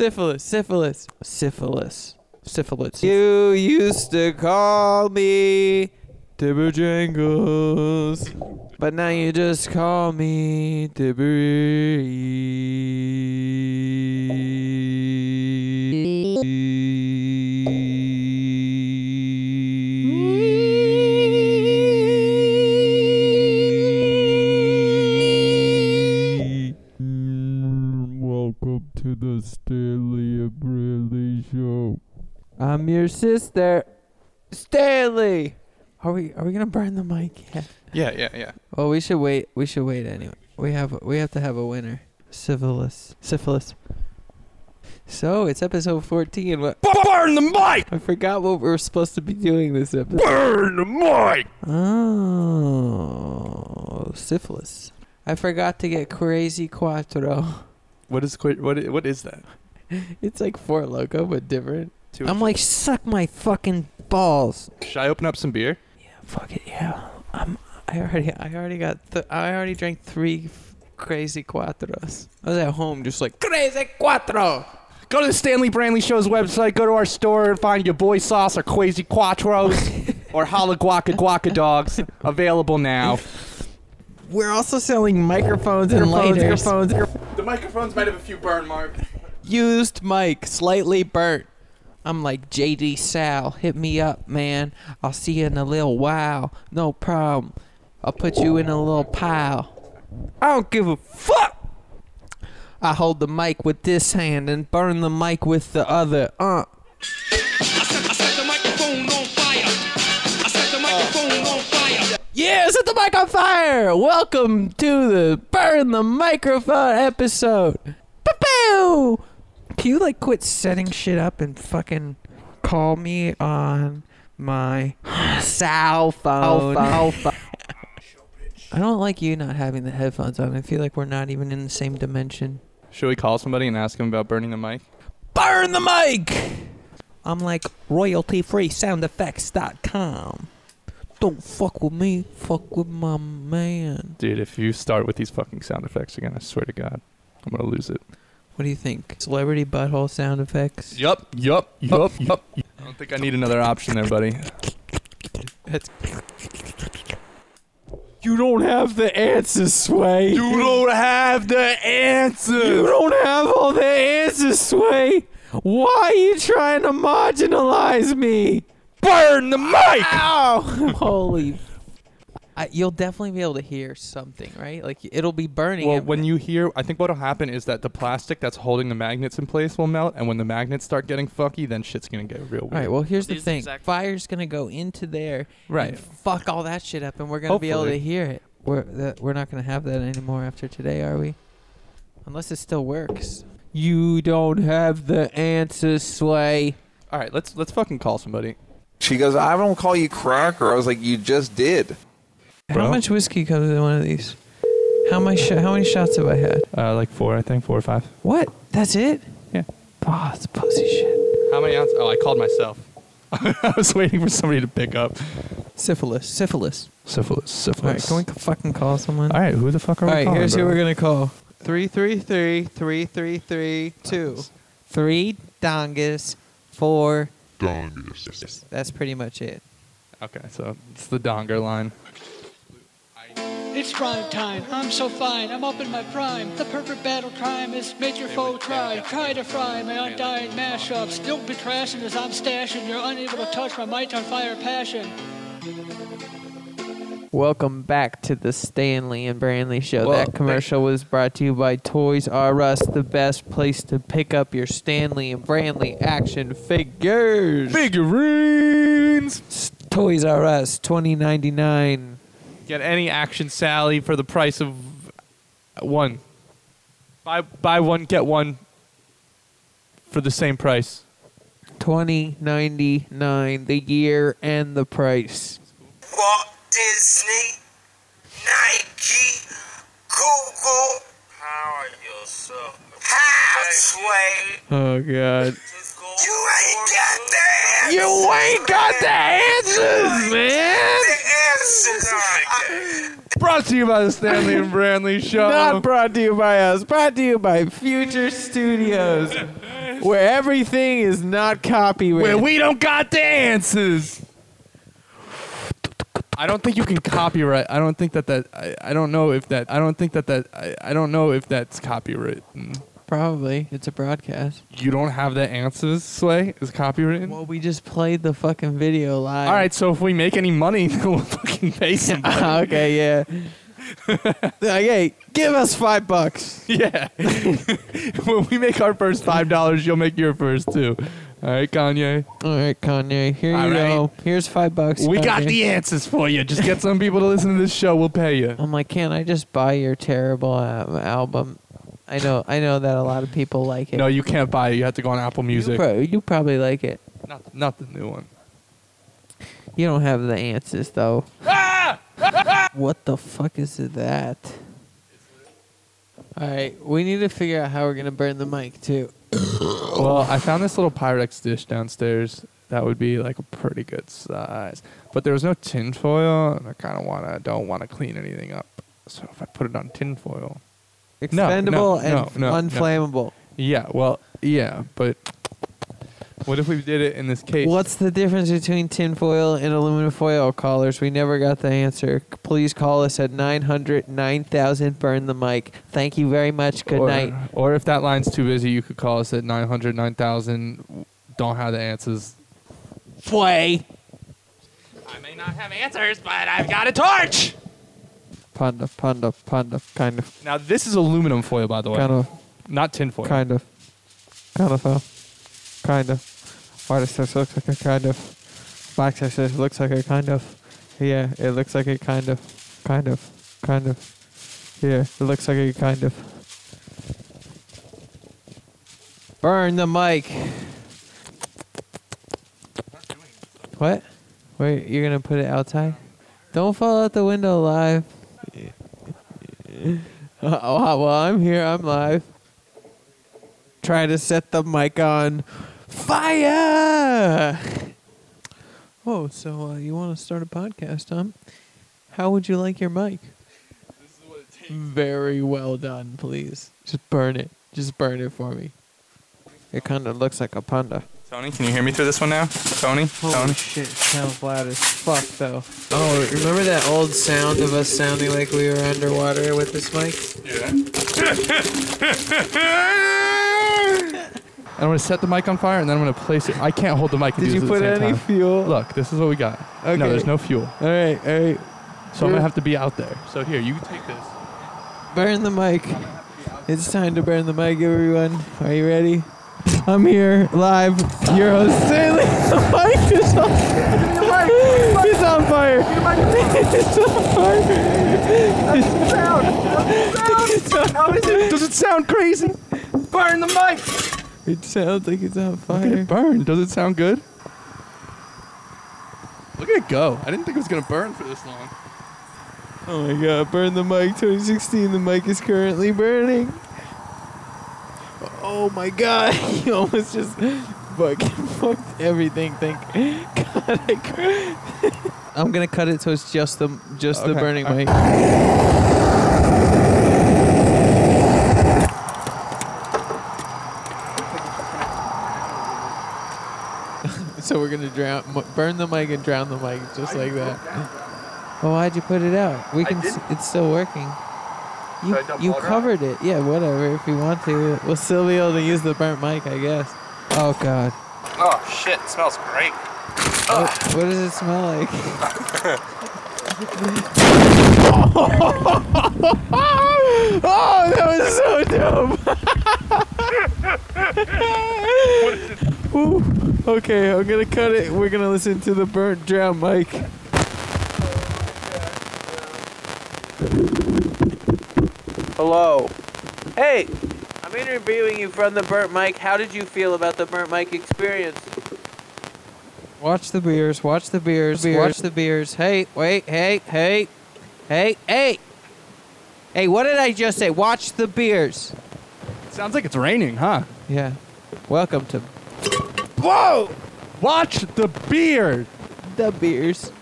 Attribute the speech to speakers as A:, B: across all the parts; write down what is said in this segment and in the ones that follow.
A: Syphilis, syphilis, syphilis, syphilis.
B: You used to call me Tibber Jangles, but now you just call me Tibber. Welcome to the Stanley and Bradley Show. I'm your sister, Stanley.
A: Are we are we gonna burn the mic? Yeah.
C: Yeah, yeah, yeah.
A: Well, we should wait. We should wait anyway. We have we have to have a winner. Syphilis, syphilis. So it's episode fourteen. What
C: Burn the mic!
A: I forgot what we were supposed to be doing this episode.
C: Burn the mic!
A: Oh, syphilis. I forgot to get crazy cuatro.
C: What is qu- what? i- What is that?
A: It's like Four Loco, but different.
C: Two
A: I'm like, suck my fucking balls.
C: Should I open up some beer?
A: Fuck it, yeah. I'm. I already, I already got, th- I already drank three f- crazy cuatros. I was at home just like crazy cuatro.
C: Go to the Stanley Branley Show's website. Go to our store and find your boy sauce or Quasi Quattros or Hala Guaca Guaca Dogs. Available now.
A: We're also selling microphones and lighters.
B: Microphones,
C: The microphones might have a few burn marks.
A: Used mic, slightly burnt. I'm like JD Sal, hit me up, man. I'll see you in a little while. No problem. I'll put you in a little pile. I don't give a fuck. I hold the mic with this hand and burn the mic with the other. Uh.
D: I set the microphone on fire. I set the microphone on fire.
A: Yeah, set the mic on fire! Welcome to the Burn the Microphone episode! Pew! Can you, like, quit setting shit up and fucking call me on my cell phone? I don't like you not having the headphones on. I feel like we're not even in the same dimension.
C: Should we call somebody and ask him about burning the mic?
A: Burn the mic! I'm like royalty-free soundeffects.com. Don't fuck with me, fuck with my man.
C: Dude, if you start with these fucking sound effects again, I swear to God, I'm gonna lose it.
A: What do you think? Celebrity butthole sound effects.
C: Yup, yup, yup, yup. I don't think I need another option there, buddy.
B: You don't have the answers, Sway.
C: You don't have the
B: You
C: answer.
B: don't have all the answers, Sway. Why are you trying to marginalize me?
C: Burn the mic.
A: Ow! Holy. I, you'll definitely be able to hear something, right? Like it'll be burning.
C: Well,
A: and-
C: when you hear, I think what'll happen is that the plastic that's holding the magnets in place will melt, and when the magnets start getting fucky, then shit's gonna get real weird.
A: all right. Well, here's the
D: These
A: thing.
D: exact-
A: Fire's gonna go into there.
C: Right.
A: And fuck all that shit up, and we're gonna be able to
C: Hopefully.
A: hear it. We're that, we're not gonna have that anymore after today, are we? Unless it still works.
B: You don't have the answers, Sway.
C: All right, let's let's fucking call somebody.
E: She goes, I don't call you cracker. I was like, you just did.
A: How
C: Bro.
A: much whiskey comes in one of these? How much? Sh- how many shots have I had?
C: Uh, like four, I think four or five.
A: What? That's it?
C: Yeah.
A: Oh, it's pussy shit.
C: How many ounces? Oh, I called myself. I was waiting for somebody to pick up.
A: Syphilis. Syphilis.
C: Syphilis.
A: All right,
C: Syphilis.
A: can we fucking call someone?
C: All right, who the fuck are we
A: All right,
C: calling?
A: here's
C: bro?
A: who we're gonna call.
B: Three, three, three, three, three, three, two.
A: Three dongas, four.
F: Dongus.
A: That's pretty much it.
C: Okay, so it's the Donger line.
G: It's prime time. I'm so fine. I'm up in my prime. The perfect battle crime is made your foe try. Try to fry my undying mashup. Still be trashing as I'm stashing. You're unable to touch my might on fire passion.
A: Welcome back to the Stanley and Branley Show.
C: Well,
A: that commercial was brought to you by Toys R Us, the best place to pick up your Stanley and Branley action figures.
C: Figurines.
A: S- Toys R Us, twenty ninety nine.
C: Get any action Sally for the price of one. Buy buy one get one for the same price.
A: Twenty ninety nine. The year and the price.
F: Walt Disney, Nike, Google. How are yourself? Halfway.
A: Oh God.
F: You ain't got the answers. You
A: ain't got the answers, man.
F: the answers. I-
C: Brought to you by the Stanley and Branley Show.
B: Not brought to you by us, brought to you by Future Studios, where everything is not copyrighted.
C: where we don't got the answers. I don't think you can copyright. I don't think that that. I, I don't know if that. I don't think that that. I, I don't know if that's copyright.
A: Probably. It's a broadcast.
C: You don't have the answers, Slay? Is copyrighted?
A: Well, we just played the fucking video live.
C: All right, so if we make any money, then we'll fucking pay some.
A: okay, yeah. okay, give us five bucks.
C: yeah. when we make our first $5, you'll make your first too. All right, Kanye.
A: All right, Kanye. Here
C: All
A: you
C: right.
A: go. Here's five bucks.
C: We got
A: Kanye.
C: the answers for you. Just get some people to listen to this show. We'll pay you.
A: I'm like, can I just buy your terrible um, album? I know, I know that a lot of people like it.
C: No, you can't buy it. You have to go on Apple
A: you,
C: Music.
A: pro- you probably like it.
C: Not, not the new one.
A: You don't have the answers though. what the fuck is that? All right, we need to figure out how we're gonna burn the mic too.
C: Well, I found this little Pyrex dish downstairs. That would be like a pretty good size. But there was no tin foil, and I kind of want to, don't want to clean anything up. So if I put it on tin foil. no,
A: Expendable
C: no,
A: and
C: no,
A: unflammable.
C: Yeah, well, yeah, but what if we did it in this case?
A: What's the difference between tin foil and aluminum foil, callers? We never got the answer. Please call us at 900 9000 burn the mic. Thank you very much. Good
C: or,
A: night.
C: Or if that line's too busy, you could call us at 900 9000. Don't have the answers.
A: Play.
C: I may not have answers, but I've got a torch!
A: Panda, panda, panda. Kind of,
C: Now, this is aluminum foil, by the way.
A: kind of.
C: Not tin foil.
A: Kind of. Kind of. Uh, kind of. Artist says looks like a kind of. Black says looks like a kind of. Yeah, it looks like a kind of. Kind of. Kind of. Yeah, it looks like a kind of. Burn the mic. What? Wait, you're gonna put it outside? Don't fall out the window live. oh, well, I'm here. I'm live try to set the mic on fire. Oh, so uh, you want to start a podcast, huh? How would you like your mic? Very well done, please. Just burn it. Just burn it for me. It kind of looks like a panda.
H: Tony, can you hear me through this one now? Tony?
A: Holy
H: Tony?
A: shit, sounds loud as fuck, though. Oh, remember that old sound of us sounding like we were underwater with this mic?
C: And I'm going to set the mic on fire, and then I'm going to place it. I can't hold the mic and
A: Did
C: do
A: you
C: this
A: put
C: at the same
A: any
C: time.
A: fuel?
C: Look, this is what we got.
A: Okay.
C: No, there's no fuel.
A: All right, all right.
C: So I'm going to have to be out there. So here, you take this.
A: Burn the mic. It's time to burn the mic, everyone. Are you ready? I'm here live. Your host, Stanley. The mic is on fire. It's on fire. It's on fire.
C: Does it sound crazy? Burn the mic!
A: It sounds like it's on
C: Look at
A: fire.
C: it burn. Does it sound good? Look at it go. I didn't think it was gonna burn for this long.
A: Oh my god, burn the mic 2016. The mic is currently burning. Oh my god, you almost just fucking fucked everything. Think, God, I cr- I'm gonna cut it so it's just the just the
C: Okay,
A: burning
C: all
A: mic. so we're gonna drown, m- burn the mic and drown the mic just like that. Well, why'd you put it out? We can. s- it's still working. You, you covered it. Yeah, whatever. If you want to, we'll still be able to use the burnt mic, I guess. Oh God.
H: Oh shit, it smells great.
A: What, what does it smell like? oh, that was so dope. Ooh, okay, I'm gonna cut it. We're gonna listen to the burnt drown mic. Hello. Hey, I'm interviewing you from the burnt mic. How did you feel about the burnt mic experience? Watch the beers, watch the beers, watch the beers. Hey, wait, hey, hey, hey, hey. Hey, what did I just say? Watch the beers.
C: sounds like it's raining, huh?
A: Yeah. Welcome to
C: Whoa! Watch the beard.
A: the beers.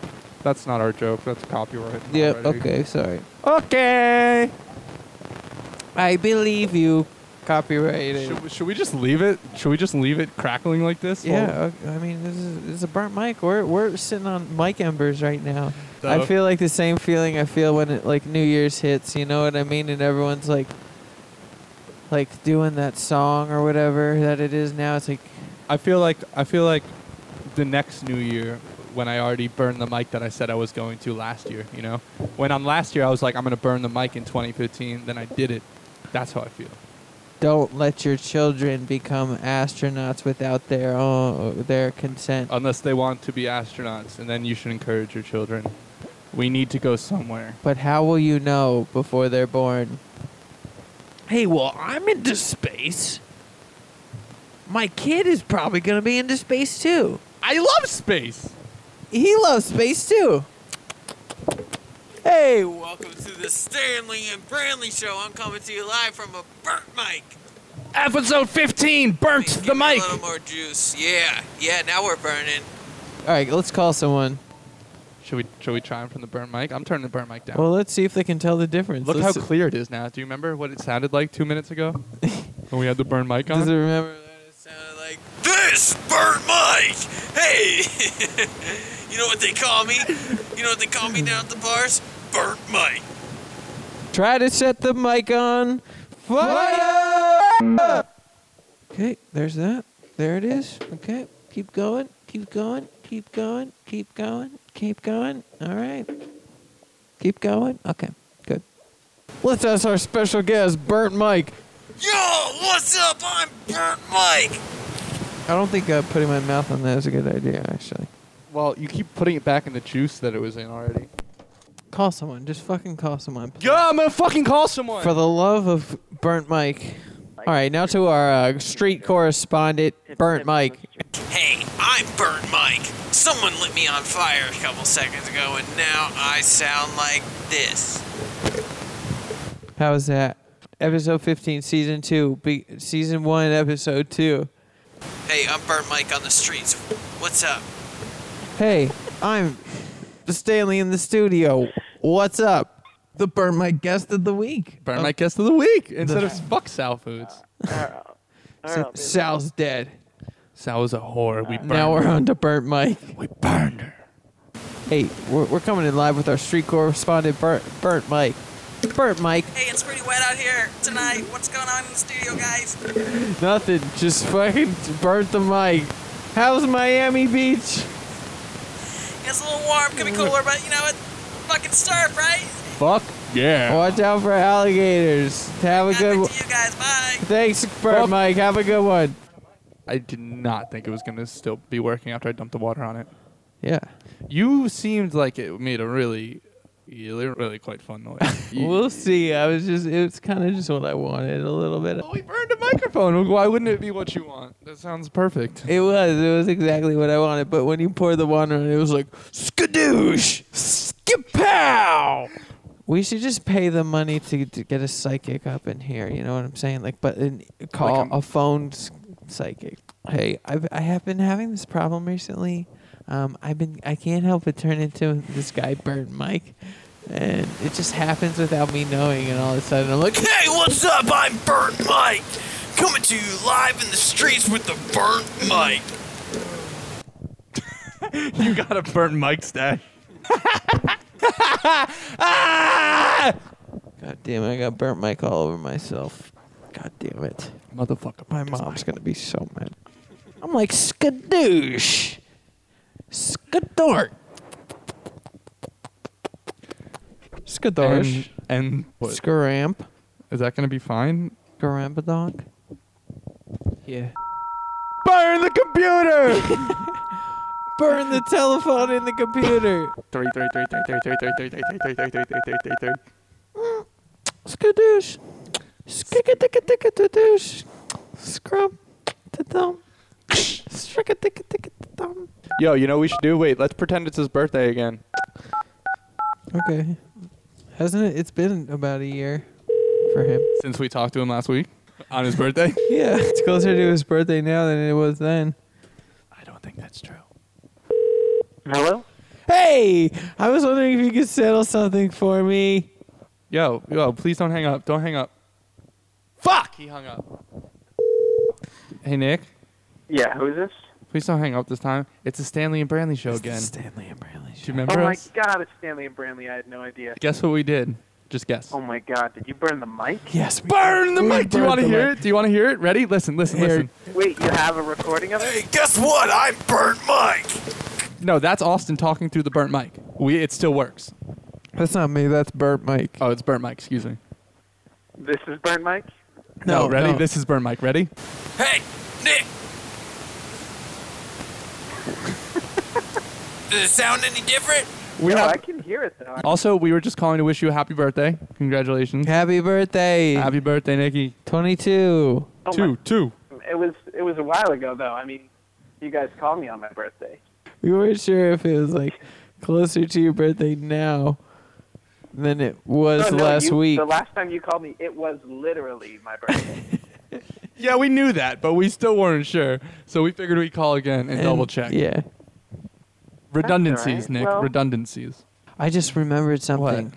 C: That's not our joke. That's copyright.
A: Yeah,
C: already.
A: okay, sorry.
C: Okay.
A: I believe you. Copyrighted.
C: Should, should we just leave it? Should we just leave it crackling like this? Well,
A: Yeah, I I mean, this is, this is a burnt mic. We're, we're sitting on mic embers right now. I
C: So-
A: feel like the same feeling I feel when it, like New Year's hits. You know what I mean? And everyone's like, like doing that song or whatever that it is now. It's like,
C: I feel like I feel like the next new year when I already burned the mic that I said I was going to last year, you know? When on last year I was like I'm going to burn the mic in 2015, then I did it. That's how I feel.
A: don't let your children become astronauts without their own, their consent.
C: Unless they want to be astronauts and then you should encourage your children. We need to go somewhere.
A: But how will you know before they're born? Hey, well, I'm into space. My kid is probably going to be into space too.
C: I love space.
A: He loves space too. Hey,
F: Welcome to the Stanley and Branley Show. I'm coming to you live from a burnt mic.
C: Episode 15 burnt the
F: Give me
C: mic.
F: A little more juice. Yeah, yeah. Now we're burning.
A: all right, let's call someone.
C: Should we should we try him from the burnt mic? I'm turning the burnt mic down.
A: Well, let's see if they can tell the difference.
C: Look how
A: Let's-
C: clear it is now. Do you remember what it sounded like 2 minutes ago? when we had the burn mic on?
A: does it remember?
F: It sounded like this burnt mic. Hey, you know what they call me? You know what they call me down at the bars? Burnt mic.
A: Try to set the mic on fire. Okay, there's that. There it is. Okay, keep going, keep going, keep going, keep going, keep going. All right, keep going. Okay, good. Let's ask our special guest, Burnt Mike.
F: Yo, what's up? I'm Burnt Mike.
A: I don't think uh, putting my mouth on that is a good idea, actually.
C: Well, you keep putting it back in the juice that it was in already.
A: Call someone. Just fucking call someone.
C: Yeah, I'm gonna fucking call someone.
A: For the love of Burnt Mike. All right, now to our uh, street correspondent, Burnt Mike.
F: Hey, I'm Burnt Mike. Someone lit me on fire a couple seconds ago, and now I sound like this.
A: How was that? Episode 15, season 2, be- season 1, episode 2.
F: Hey, I'm Burnt Mike on the streets. What's up?
A: Hey, I'm Stanley in the studio. What's up? The Burnt Mike guest of the week. Oh,
C: Burn my guest of the week instead of fuck Sal Foods.
A: So- Sal's dead.
C: Sal was a whore. We burned.
A: Now we're on to Burnt Mike.
C: we burned her.
A: Hey, we're, we're coming in live with our street correspondent, Burnt, Burnt Mike. Burnt Mike,
F: Hey, it's pretty wet out here tonight. What's going on in the studio, guys?
A: nothing. Just fucking burnt the mic. How's Miami Beach?
F: It's a little warm, could be cooler, but you know what? Fucking surf, right?
C: Fuck yeah.
A: Watch out for alligators. Have a good
F: Good
A: one.
F: to you guys. Bye.
A: Thanks, Burnt Mike. Have a good one.
C: I did not think it was gonna still be working after I dumped the water on it.
A: Yeah.
C: You seemed like it made a really, really, really quite fun noise. You-
A: We'll see. I was just, it was kind of just what I wanted a little bit.
C: Oh, we burned a microphone. Why wouldn't it be what you want? That sounds perfect.
A: It was, it was exactly what I wanted. But when you poured the water on it, it was like, skadoosh, skipow. We should just pay the money to, to get a psychic up in here. You know what I'm saying? Like, but in, call
C: Like
A: a, phone s- psychic. Hey, I've, I have been having this problem recently. Um, I've been, I can't help but turn into this guy, Burnt Mike. And it just happens without me knowing. And all of a sudden, I'm like,
F: Hey, what's up? I'm Burnt Mike. Coming to you live in the streets with the Burnt Mike.
C: You got a burnt mic stash.
A: God damn it, I got burnt mic all over myself. God damn it.
C: Motherfucker.
A: My mom's gonna be so mad. I'm like skadoosh. Skadort.
C: And,
A: Skadorsh.
C: and what?
A: Skaramp.
C: Is that gonna be fine?
A: Garampadonk. Yeah.
C: Burn the computer.
A: Burn the telephone in the computer. Skadoosh. Skikadikadikadoosh. Scrump. Tadum. Strikadikadikadum.
C: Yo, you know what we should do? Wait, let's pretend it's his birthday again.
A: Okay. Hasn't it? It's been about a year for him.
C: Since we talked to him last week on his birthday.
A: Yeah, it's closer to his birthday now than it was then.
C: I don't think that's true.
I: Hello?
A: Hey, I was wondering if you could settle something for me.
C: Yo, yo, please don't hang up. Don't hang up. Fuck! He hung up. Hey, Nick.
I: Yeah, who's this?
C: Please don't hang up this time. It's the Stanley and Branley show again.
A: Stanley and Bradley.
C: Do you remember
I: Oh my
C: us?
I: God, it's Stanley and Branley. I had no idea.
C: Guess what we did? Just guess.
I: Oh my God, did you burn the mic?
A: Yes, we-
C: Burn the
A: we
C: mic. Do you
A: burned
C: want to
A: the
C: hear
A: mic.
C: it? Do you want to hear it? Ready? Listen, listen,
A: Here.
C: listen.
I: Wait, you have a recording of it?
F: Hey, guess what? I burnt Mike.
C: No, that's Austin talking through the burnt mic. We it still works.
B: That's not me. That's Bert Mike.
C: Oh, it's burnt mic. Excuse me.
I: This is burn mic.
C: No, ready?
A: no.
C: This is burnt mic. Ready?
F: Hey, Nick. Does it sound any different?
C: We
I: No,
C: have-
I: Oh, I can hear it though.
C: also, we were just calling to wish you a happy birthday. Congratulations.
A: Happy birthday.
C: Happy birthday, Nikki.
A: 22.
I: Oh
C: Two, two.
I: my- it was it was a while ago though. I mean, you guys called me on my birthday.
A: We weren't sure if it was like closer to your birthday now than it was
I: No, no,
A: last
I: you-
A: week.
I: The last time you called me, it was literally my birthday.
C: Yeah, we knew that, but we still weren't sure. So we figured we'd call again and,
A: And-
C: double check.
A: Yeah.
C: Redundancies,
I: That's all right.
C: Nick.
I: Well-
C: Redundancies.
A: I just remembered something.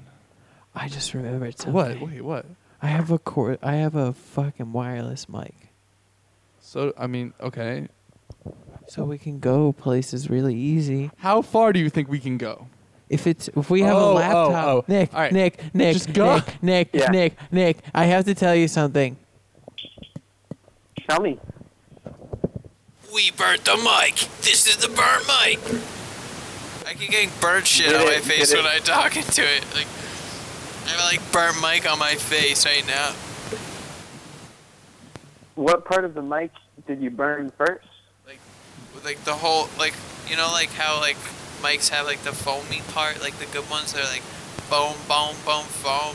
A: I just remembered something.
C: What? Wait, what?
A: I have a cord. I have a fucking wireless mic,
C: So I mean, okay.
A: so we can go places really easy.
C: How far do you think we can go?
A: If it's if we have
C: Oh,
A: a
C: oh,
A: laptop,
C: oh.
A: Nick,
C: All right.
A: Nick, Nick,
C: Just go.
A: Nick, Nick,
I: Yeah.
A: Nick, Nick. I have to tell you something.
I: Tell me.
F: We burnt the mic. This is the burnt mic. I keep getting burnt shit
I: Get
F: on my
I: it,
F: face
I: get
F: when
I: it.
F: I talk into it. Like I have like burnt mic on my face right now.
I: What part of the mic did you burn first?
F: With, Like the whole like you know like how like mics have like the foamy part, like the good ones that are like boom, boom, boom, foam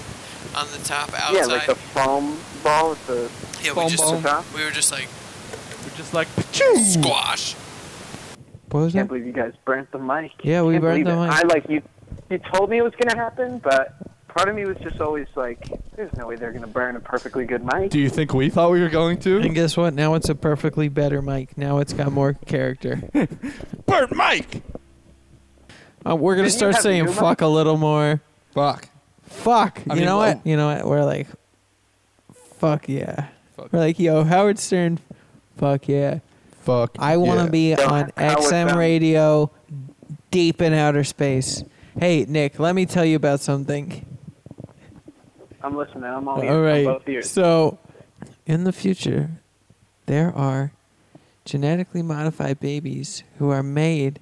F: on the top outside.
I: Yeah, like the foam ball with the
F: Yeah, we
C: Boom,
F: just
C: boom.
F: we were just like
C: We're just like
F: squash.
A: What was
I: Can't
A: that?
I: believe you guys burnt the mic.
A: Yeah, we
I: Can't
A: burnt
I: believe
A: the
I: it.
A: mic.
I: I like you. You told me it was gonna happen, but part of me was just always like, "There's no way they're gonna burn a perfectly good mic."
C: Do you think we thought we were going
A: And
C: to?
A: guess what? Now it's a perfectly better mic. Now it's got more character.
C: Burnt Mike.
A: Uh, we're gonna
I: Didn't you
A: start
I: have
A: saying
I: new mic?
A: fuck a little more.
C: Fuck.
A: Fuck.
C: I
A: you
C: mean,
A: know
C: well-
A: what? You know what? We're like, fuck yeah.
C: Fuck.
A: We're like, yo, Howard Stern. Fuck yeah.
C: Fuck.
A: I want to be
I: Yeah.
A: on
I: How was
A: XM
I: that?
A: radio deep in outer space. Hey, Nick, let me tell you about something.
I: I'm listening. I'm all, ears.
A: All
I: I'm
A: right.
I: both ears.
A: So, in the future, there are genetically modified babies who are made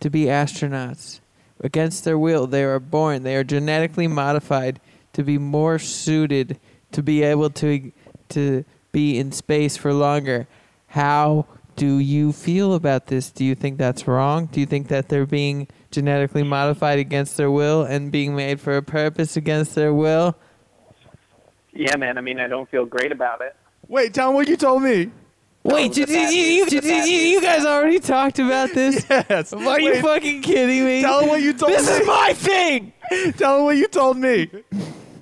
A: to be astronauts. Against their will, they are born. They are genetically modified to be more suited to be able to to be in space for longer. How do you feel about this? Do you think that's wrong? Do you think that they're being genetically modified against their will and being made for a purpose against their will?
I: yeah, man. I mean, I don't feel great about it.
C: Wait, tell him what you told me.
A: Wait,
I: the
A: did, did,
I: bad
A: you, you,
I: news,
A: did,
I: the bad
A: you, you guys already talked about this?
C: Yes.
A: Are you fucking kidding me?
C: Tell him what you told
A: this
C: me.
A: is my thing.
C: Tell him what you told me.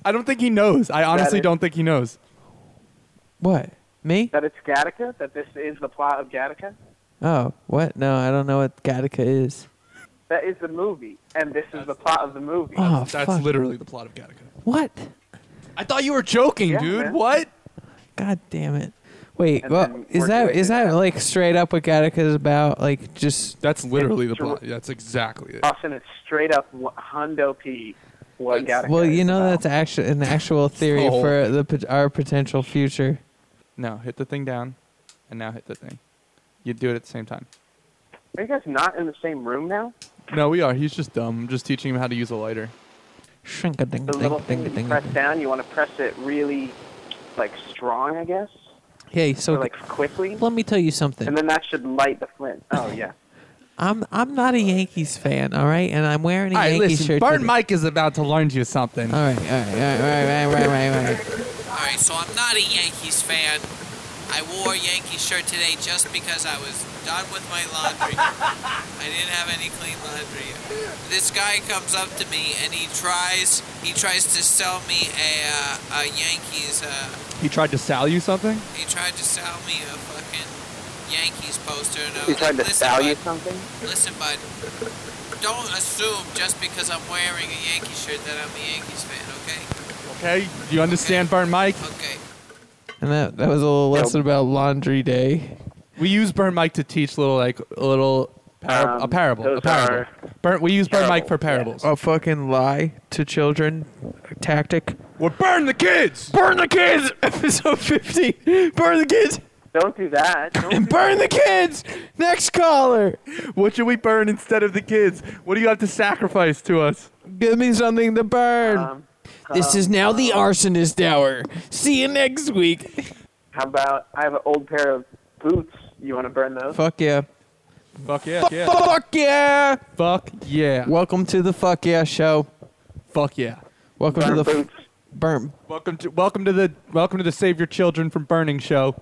C: I don't think he knows. I honestly
I: is-
C: don't think he knows.
A: What? Me?
I: That it's Gattaca. That this is the plot of Gattaca.
A: Oh, what? No, I don't know what Gattaca is.
I: That is the movie, and this is the plot of the movie.
A: Oh,
C: That's
A: fuck.
C: literally the plot of Gattaca.
A: what?
C: I thought you were joking,
I: Yeah,
C: dude.
I: man.
C: What?
A: God damn it! Wait,
I: And
A: well,
I: then
A: is
I: we're
A: that
I: doing
A: is that
I: that.
A: like straight up what Gattaca is about? Like just
C: That's literally the
I: It's dr-
C: plot. That's exactly it.
I: Austin, it's straight up wh- Hondo P. What Gattaca?
A: well,
I: is
A: you know
I: about.
A: that's actually an actual theory
C: Oh.
A: for the pot- our potential future.
C: No, hit the thing down, and now hit the thing. You do it at the same time.
I: Are you guys not in the same room now?
C: No, we are. He's just dumb. I'm just teaching him how to use a lighter.
A: Shrink a ding
I: The little
A: ding
I: thing
A: ding
I: that you
A: ding.
I: press down, you want to press it really, like strong, I guess,
A: Hey, so
I: or like quickly,
A: let me tell you something.
I: and then that should light the flint. Oh yeah.
A: I'm I'm not a Yankees fan, all right, and I'm wearing a
C: All right,
A: Yankees
C: listen.
A: shirt.
C: Burn
A: today. Uh.
C: Mike is about to learn you something.
A: All right, all right, all right, all right, all right, all right, all right.
F: Alright, so I'm not a Yankees fan. I wore a Yankees shirt today just because I was done with my laundry. I didn't have any clean laundry. This guy comes up to me and he tries he tries to sell me a, uh, a Yankees uh,
C: He tried to sell you something.
F: he tried to sell me a fucking Yankees poster. And I
I: You
F: was like,
I: tried to
F: listen,
I: sell you
F: bud,
I: something?
F: Listen, bud. Don't assume just because I'm wearing a Yankee shirt that I'm a Yankees fan, okay?
C: Okay, you understand, Burn Mike?
F: Okay.
A: And that, that was a little lesson about laundry day.
C: We use Burn Mike to teach little like little par- a
I: Um,
C: parable. A
I: those
C: parable. Burn, we use Burn Mike for parables.
A: A fucking lie to children tactic.
C: Well, burn the kids.
A: Burn the kids! Episode 50. Burn the kids!
I: Don't do that. Don't
A: And burn the kids! Next caller!
C: What should we burn instead of the kids? What do you have to sacrifice to us?
A: Give me something to burn.
I: Um,
A: this is now the arsonist hour. See you next week.
I: How about I have an old pair of boots. You want to burn those?
B: Fuck yeah.
C: Fuck yeah.
A: Fuck
C: yeah.
A: Fuck yeah!
C: Fuck yeah.
B: Welcome to the Fuck Yeah Show.
C: Fuck yeah.
B: Welcome to
I: Burn
B: the f-
I: boots.
B: burn.
C: Welcome to welcome to the welcome to the Save Your Children from Burning show.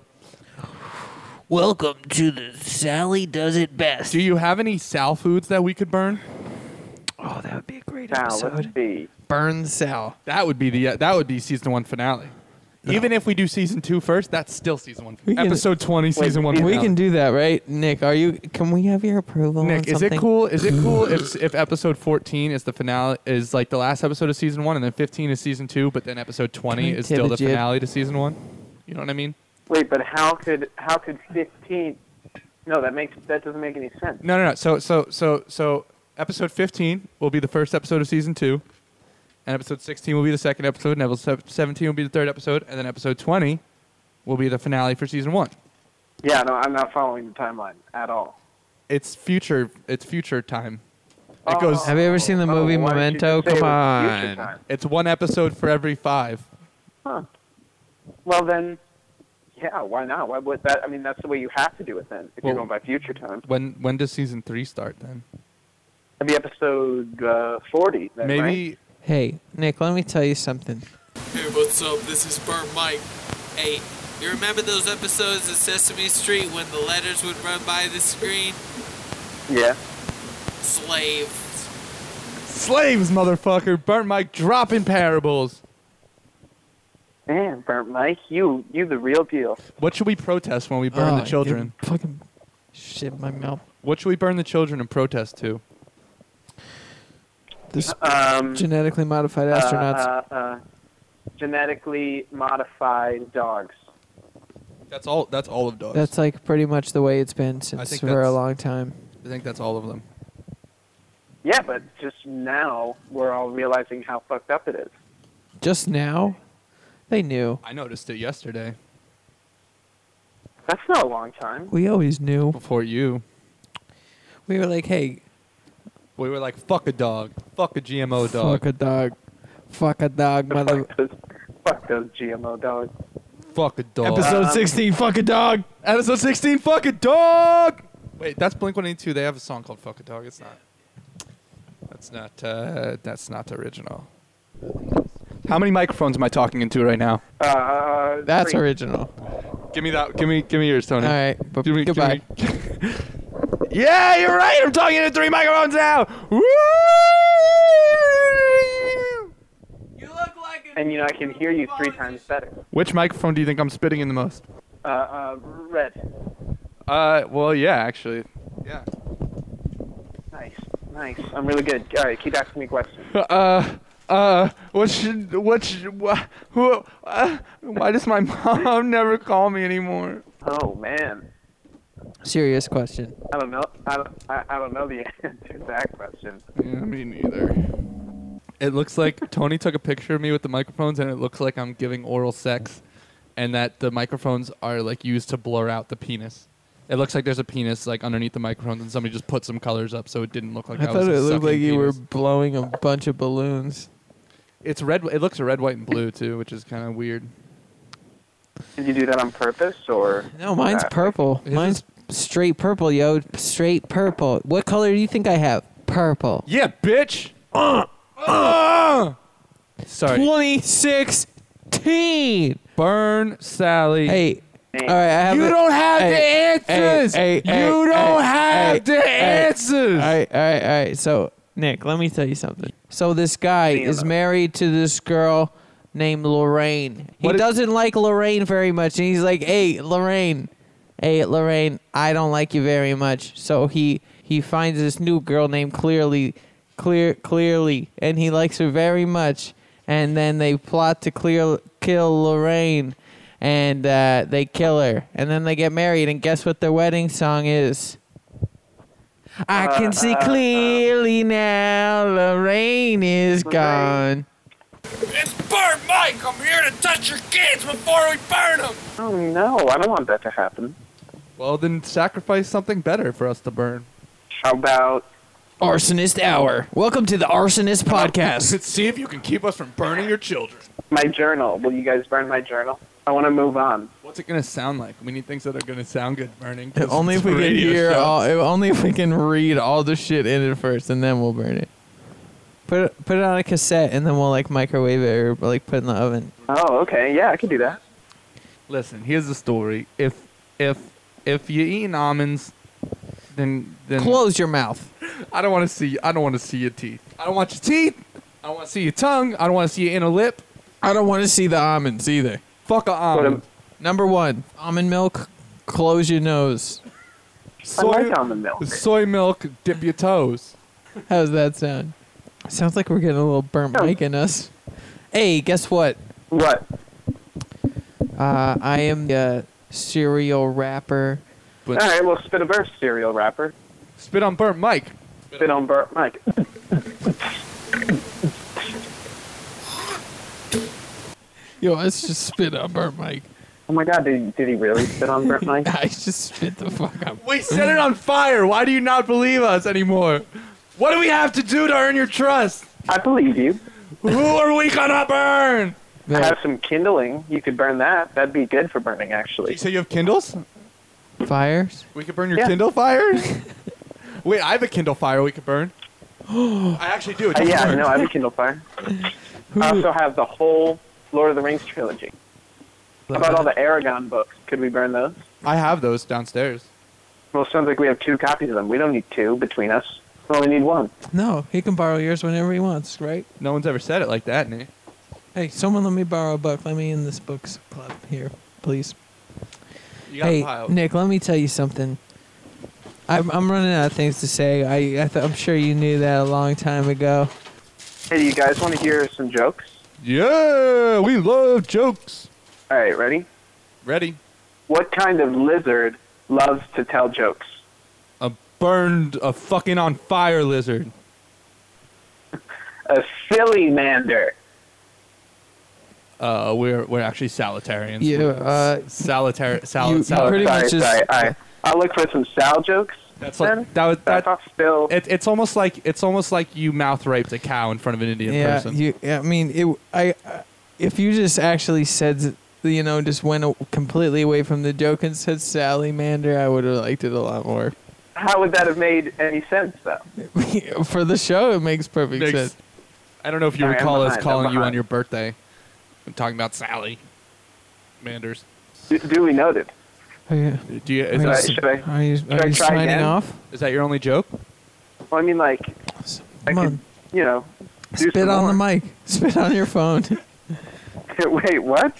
A: Welcome to the Sally Does It Best.
C: Do you have any Sal foods that we could burn?
A: Oh, that would be a great
I: Now let's
A: episode.
I: see.
A: Burn Sal.
C: That would be the uh, that would be season one finale. Even if we do season two first, that's still season one.
A: We can-
C: Episode twenty, season one.
B: We
C: finale.
B: can do that, right? Nick, are you can we have your approval? on
C: Nick, is it
B: something?
C: cool? Is it cool if if episode fourteen is the finale, is like the last episode of season one, and then fifteen is season two, but then episode twenty
B: Can we
C: is still the
B: tibba-jib?
C: finale to season one? You know what I mean?
I: Wait, but how could how could 15? No, that makes that doesn't make any sense.
C: No, no, no. So, so, so, so, episode fifteen will be the first episode of season two, and episode sixteen will be the second episode, and episode seventeen will be the third episode, and then episode twenty will be the finale for season one.
I: Yeah, no, I'm not following the timeline at all.
C: It's future. It's future time. It
I: Oh.
C: goes.
B: Have you ever seen the
I: Oh,
B: movie
I: why didn't you
B: Memento?
I: just say
B: Come
I: it was future
B: on.
I: time?
C: It's one episode for every five.
I: Well then, yeah, why not? Why would that? I mean, that's the way you have to do it then. If
C: Well-
I: you're going by future time,
C: When when does season three start then?
I: it'd be episode uh, 40. Then, right?
C: Maybe
B: Hey, Nick, let me tell you something.
F: Hey, what's up? This is Bert Mike. Hey, you remember those episodes of Sesame Street when the letters would run by the screen?
I: Yeah.
F: Slaves.
C: slaves, motherfucker. Burnt Mike dropping parables.
I: Man, Bert Mike, you you the real deal.
C: What should we protest when we burn
B: Oh,
C: the children?
B: dude, Fucking shit in my mouth.
C: What should we burn the children and protest to?
B: This
I: Um,
B: genetically modified
I: uh,
B: astronauts.
I: Uh, uh, genetically modified dogs.
C: That's all. That's all
I: uh,
C: of dogs.
B: that's like pretty much the way it's been since
C: think
B: for a
C: that's-
B: long time.
C: I think that's all of them.
I: Yeah, but just now we're all realizing how fucked up it is.
B: Just now, they knew.
C: I noticed it yesterday
I: That's not a long time.
B: We always knew.
C: before you.
B: We were like, hey,
C: We were like, "Fuck a dog, fuck a GMO Oh, dog,
B: fuck a dog, fuck a dog, mother.
I: Fuck those, fuck those GMO dogs.
C: fuck a dog."
B: Episode 16, fuck a dog.
C: Episode sixteen, fuck a dog. Wait, that's Blink One Eighty Two. They have a song called "Fuck a Dog." It's not. That's not. Uh, that's not the original. How many microphones am I talking into right now?
I: Uh,
B: That's
I: three.
B: original.
C: Give me that. Give me. Give me yours, Tony.
B: All right, but
C: Give me- give
B: goodbye.
C: me- yeah, you're right. I'm talking into three microphones now. Woo!
I: And you know I can hear you three times better.
C: Which microphone do you think I'm spitting in the most?
I: Uh, uh, red.
C: Uh, well, yeah, actually. Yeah.
I: Nice, nice. I'm really good. All right, keep asking me questions.
C: Uh, uh, what should, what should, wha, who, uh, why does my mom never call me anymore?
I: Oh man,
B: Serious question.
I: I don't know. I don't, I, I don't know the answer to that question.
C: Yeah, me neither. It looks like Tony took a picture of me with the microphones, and it looks like I'm giving oral sex, and that the microphones are like used to blur out the penis. It looks like there's a penis like underneath the microphones, and somebody just put some colors up so it didn't look like
B: I
C: I, was
B: thought it
C: a
B: looked
C: sucking
B: like you were
C: penis.
B: blowing a bunch of balloons.
C: It's red. It looks red, white, and blue too, which is kind of weird.
I: Did you do that on purpose or?
B: No, mine's
I: Uh,
B: purple.
C: His
B: mine's straight purple, yo. Straight purple. What color do you think I have? Purple.
C: Yeah, bitch. Uh, Sorry.
B: 2016.
C: Burn Sally.
B: Hey.
I: Hey.
B: All right, I have
C: you
B: a-
C: don't have
B: Hey,
C: the answers.
B: hey, hey,
C: you
B: hey,
C: don't
B: hey,
C: have
B: hey,
C: the
B: hey.
C: answers.
B: All right, all right, all right. So, Nick, let me tell you something. So, this guy
I: Damn.
B: is married to this girl named Lorraine. He
C: What is-
B: doesn't like Lorraine very much, and he's like, "Hey, Lorraine,
A: "Hey, Lorraine, I don't like you very much." So he he finds this new girl named Clearly, clear clearly, and he likes her very much. And then they plot to clear kill Lorraine, and uh, they kill her. And then they get married. And guess what their wedding song is? I can see clearly now. Lorraine is gone.
D: It's Burn Mike! I'm here to touch your kids before we burn them!
I: Oh no, I don't want that to happen.
C: Well, then sacrifice something better for us to burn.
I: How about
A: Arsonist Hour. Welcome to the Arsonist Podcast.
C: See if you can keep us from burning your children.
I: my journal? Will you guys burn my journal? I want to move on.
C: What's it gonna sound like? We need things that are gonna sound good burning. 'cause
A: only if
C: it's
A: we
C: a
A: can
C: radio
A: hear
C: show.
A: all, only if we can read all the shit in it first and then we'll burn it. Put it, put it on a cassette and then we'll like microwave it or like put it in the oven.
I: Oh, okay, yeah, I can do that.
C: Listen, here's the story. If if if you're eating almonds, then then
A: Close your mouth.
C: I don't want to see. I don't want to see your teeth. I don't want your teeth. I don't want to see your tongue. I don't want to see your inner lip.
A: I don't want to see the almonds either.
C: Fuck a
I: um,
C: almond.
A: Number 1, almond milk, close your nose.
I: I
C: Soy,
I: like almond milk.
C: soy milk. Dip your toes.
A: How's that sound? Sounds like we're getting a little burnt
I: Yeah.
A: mic in us. Hey, guess what?
I: What?
A: Uh, I am the cereal rapper.
I: All right, well, spit a verse, cereal rapper.
C: Spit on burnt Mike.
I: Spit on Burt Mike.
A: Yo, let's just spit on burnt mic.
I: Oh my God, did, did he really spit on Burt Mike?
A: I just spit the fuck up.
C: We set it on fire. Why do you not believe us anymore? What do we have to do to earn your trust?
I: I believe you.
C: Who are we gonna burn?
I: I have some kindling. You could burn that. That'd be good for burning, actually.
C: So you have Kindles?
A: Fires?
C: We could burn your
I: Yeah.
C: Kindle fire. Wait, I have a Kindle fire we could burn. I actually do. It
I: Uh,
C: doesn't
I: yeah,
C: work.
I: no, I have a Kindle Fire. I also have the whole Lord of the Rings trilogy. How about all the Aragon books? Could we burn those?
C: I have those downstairs.
I: Well, it sounds like we have two copies of them. We don't need two between us. We only need one.
A: No, he can borrow yours whenever he wants, right?
C: No one's ever said it like that, Nate.
A: Hey, someone let me borrow a buck. Let me in this books club here, please.
C: You got a
A: Hey,
C: pile.
A: Nick, let me tell you something. I'm, I'm running out of things to say. I, I th- I'm sure you knew that a long time ago.
I: Hey, you guys want to hear some jokes?
C: Yeah, we love jokes.
I: All right, ready?
C: Ready?
I: What kind of lizard loves to tell jokes?
C: A burned, a fucking on fire lizard.
I: A salamander.
C: Uh, we're we're actually solitarians.
A: Yeah, uh,
C: solitary,
A: you-
C: solid,
I: Oh,
C: solid.
A: pretty
I: sorry,
A: much just-
I: sorry. All right. I'll look for some Sal jokes.
C: That's
I: then.
C: like that was
I: That's
C: that.
I: off still.
C: It, it's almost like it's almost like you mouth raped a cow in front of an Indian
A: yeah,
C: person.
A: you. I mean, it. I. I- If you just actually said, you know, just went a- completely away from the joke and said salamander, I would have liked it a lot more.
I: How would that have made any sense, though?
A: For the show, it makes perfect
C: Makes-
A: sense.
C: I don't know if you
I: Sorry, I'm
C: recall us
I: behind, I'm
C: calling you on
I: behind.
C: your birthday. I'm talking about Sally Manders.
I: D- duly noted.
A: Oh, Are you,
C: Do you, is,
A: Right.
C: that,
I: Should I?
A: are you,
I: I
A: are you
I: try
A: signing
I: again?
A: off?
C: is that your only joke?
I: Well, I mean, like, I
A: Come
I: could
A: on,
I: you know. do
A: spit
I: some
A: on the
I: more.
A: mic. Spit on your phone.
I: Wait, what?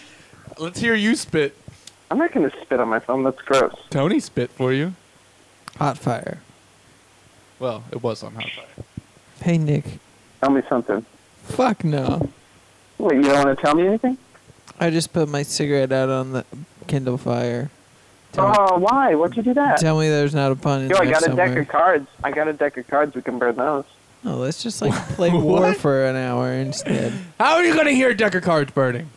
C: Let's hear you spit.
I: I'm not going to spit on my phone. That's gross.
C: Tony spit for you.
A: Hot fire.
C: Well, it was on hot fire.
A: Hey Nick.
I: Tell me something.
A: Fuck no.
I: Wait, you don't want to tell me anything?
A: I just put my cigarette out on the Kindle Fire. Tell, me,
I: Oh, why? Why'd you do that?
A: tell me there's not a pun in
I: Yo, I
A: there
I: got a
A: somewhere.
I: deck of cards. I got a deck of cards. We can burn those.
A: No, let's just like play war for an hour instead.
C: How are you gonna hear Decker cards burning?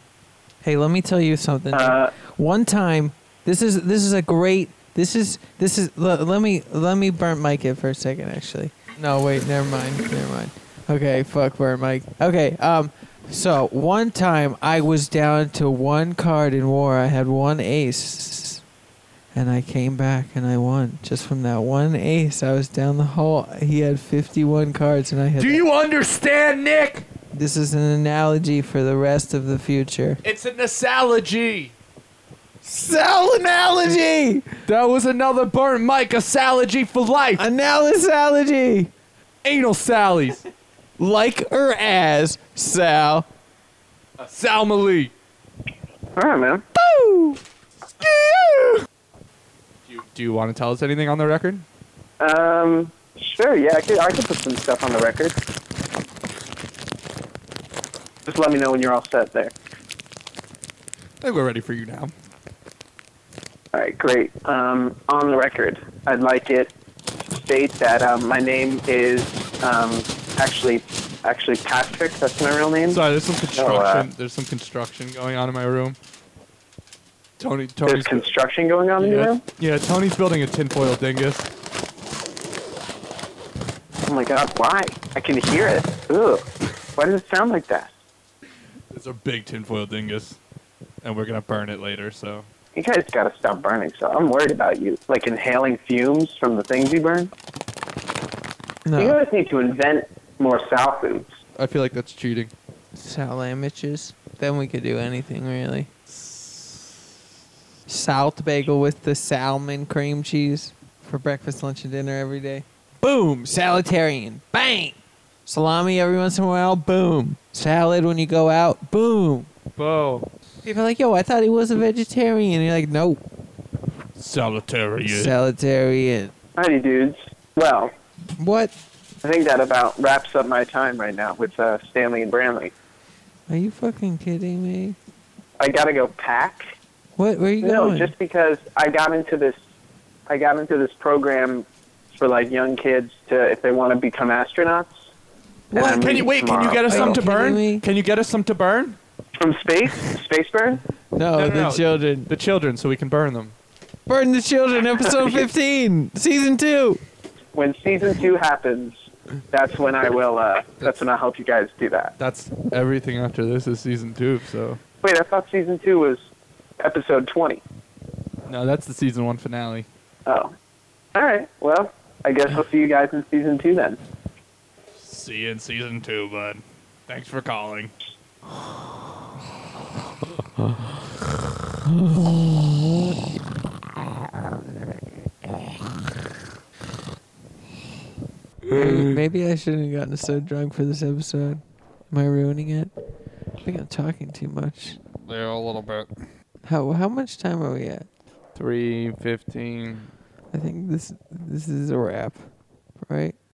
A: Hey, let me tell you something.
I: Uh,
A: One time, this is this is a great. This is this is. le- let me let me burn Mike it for a second. Actually, no, wait, never mind, never mind. Okay, fuck burn Mike. Okay, um, so one time I was down to one card in war. I had one ace, and I came back and I won just from that one ace. I was down the hole. He had fifty-one cards, and I had.
C: Do you understand, Nick?
A: This is an analogy for the rest of the future.
C: It's an nostalgia.
A: Sell analogy.
C: That was another burn Mike, a salogy for life.
A: Analysalogy.
C: anal sallies.
A: like or as Sal.
C: Salmalee.
I: all right, man.
C: Do you want to tell us anything on the record?
I: Um, sure, yeah, I could, I could put some stuff on the record. Just let me know when you're all set there.
C: I think we're ready for you now.
I: All right, great. Um, on the record, I'd like it to state that um, my name is um, actually actually Patrick. That's my real name.
C: Sorry, there's some
I: Oh, uh,
C: construction. There's some construction going on in my room. Tony,
I: there's
C: Tony's
I: construction going on in your
C: yeah,
I: room.
C: yeah, Tony's building a tinfoil dingus.
I: Oh my God, why? I can hear it. Ugh. Why does it sound like that?
C: It's a big tinfoil dingus, and we're gonna burn it later. So
I: You guys gotta stop burning. So I'm worried about you, like inhaling fumes from the things you burn. You
A: No.
I: guys need to invent more sow foods.
C: I feel like that's cheating.
A: Salamiches. Then we could do anything, really. Salt bagel with the salmon cream cheese for breakfast, lunch, and dinner every day. Boom! Salutarian. Bang! Salami every once in a while. Boom! Salad when you go out. Boom!
C: Bo,
A: People are like, yo, I thought he was a vegetarian. And you're like, nope.
C: solitary.
A: Salutarian.
I: Alrighty, dudes. Well,
A: What?
I: I think that about wraps up my time right now with uh, Stanley and Branley.
A: Are you fucking kidding me?
I: I gotta go pack.
A: What? Where are you
I: No,
A: going?
I: just because I got into this, I got into this program for like young kids to if they want to become astronauts. And I'm
C: Can you
I: leaving
C: wait? Can you
I: tomorrow.
C: get us
A: Are
C: some
A: you
C: to
A: kidding
C: burn?
A: me?
C: Can you get us some to burn?
I: from space? Space burn?
A: no,
C: no,
A: the
C: no.
A: children.
C: Oh, The children, so we can burn them.
A: Burn the Children, episode 15, season 2.
I: When season two happens, that's when I will. Uh, that's when I'll help you guys do that.
C: That's everything after this is season two. So
I: Wait, I thought season two was episode twenty.
C: no, that's the season one finale.
I: Oh, all right. Well, I guess we'll see you guys in season two then.
C: See you in season two, bud. Thanks for calling.
A: Maybe I shouldn't have gotten so drunk for this episode. Am I ruining it? I think I'm talking too much.
C: Yeah, a little bit.
A: How how much time are we at?
C: Three fifteen.
A: I think this this is a wrap, right?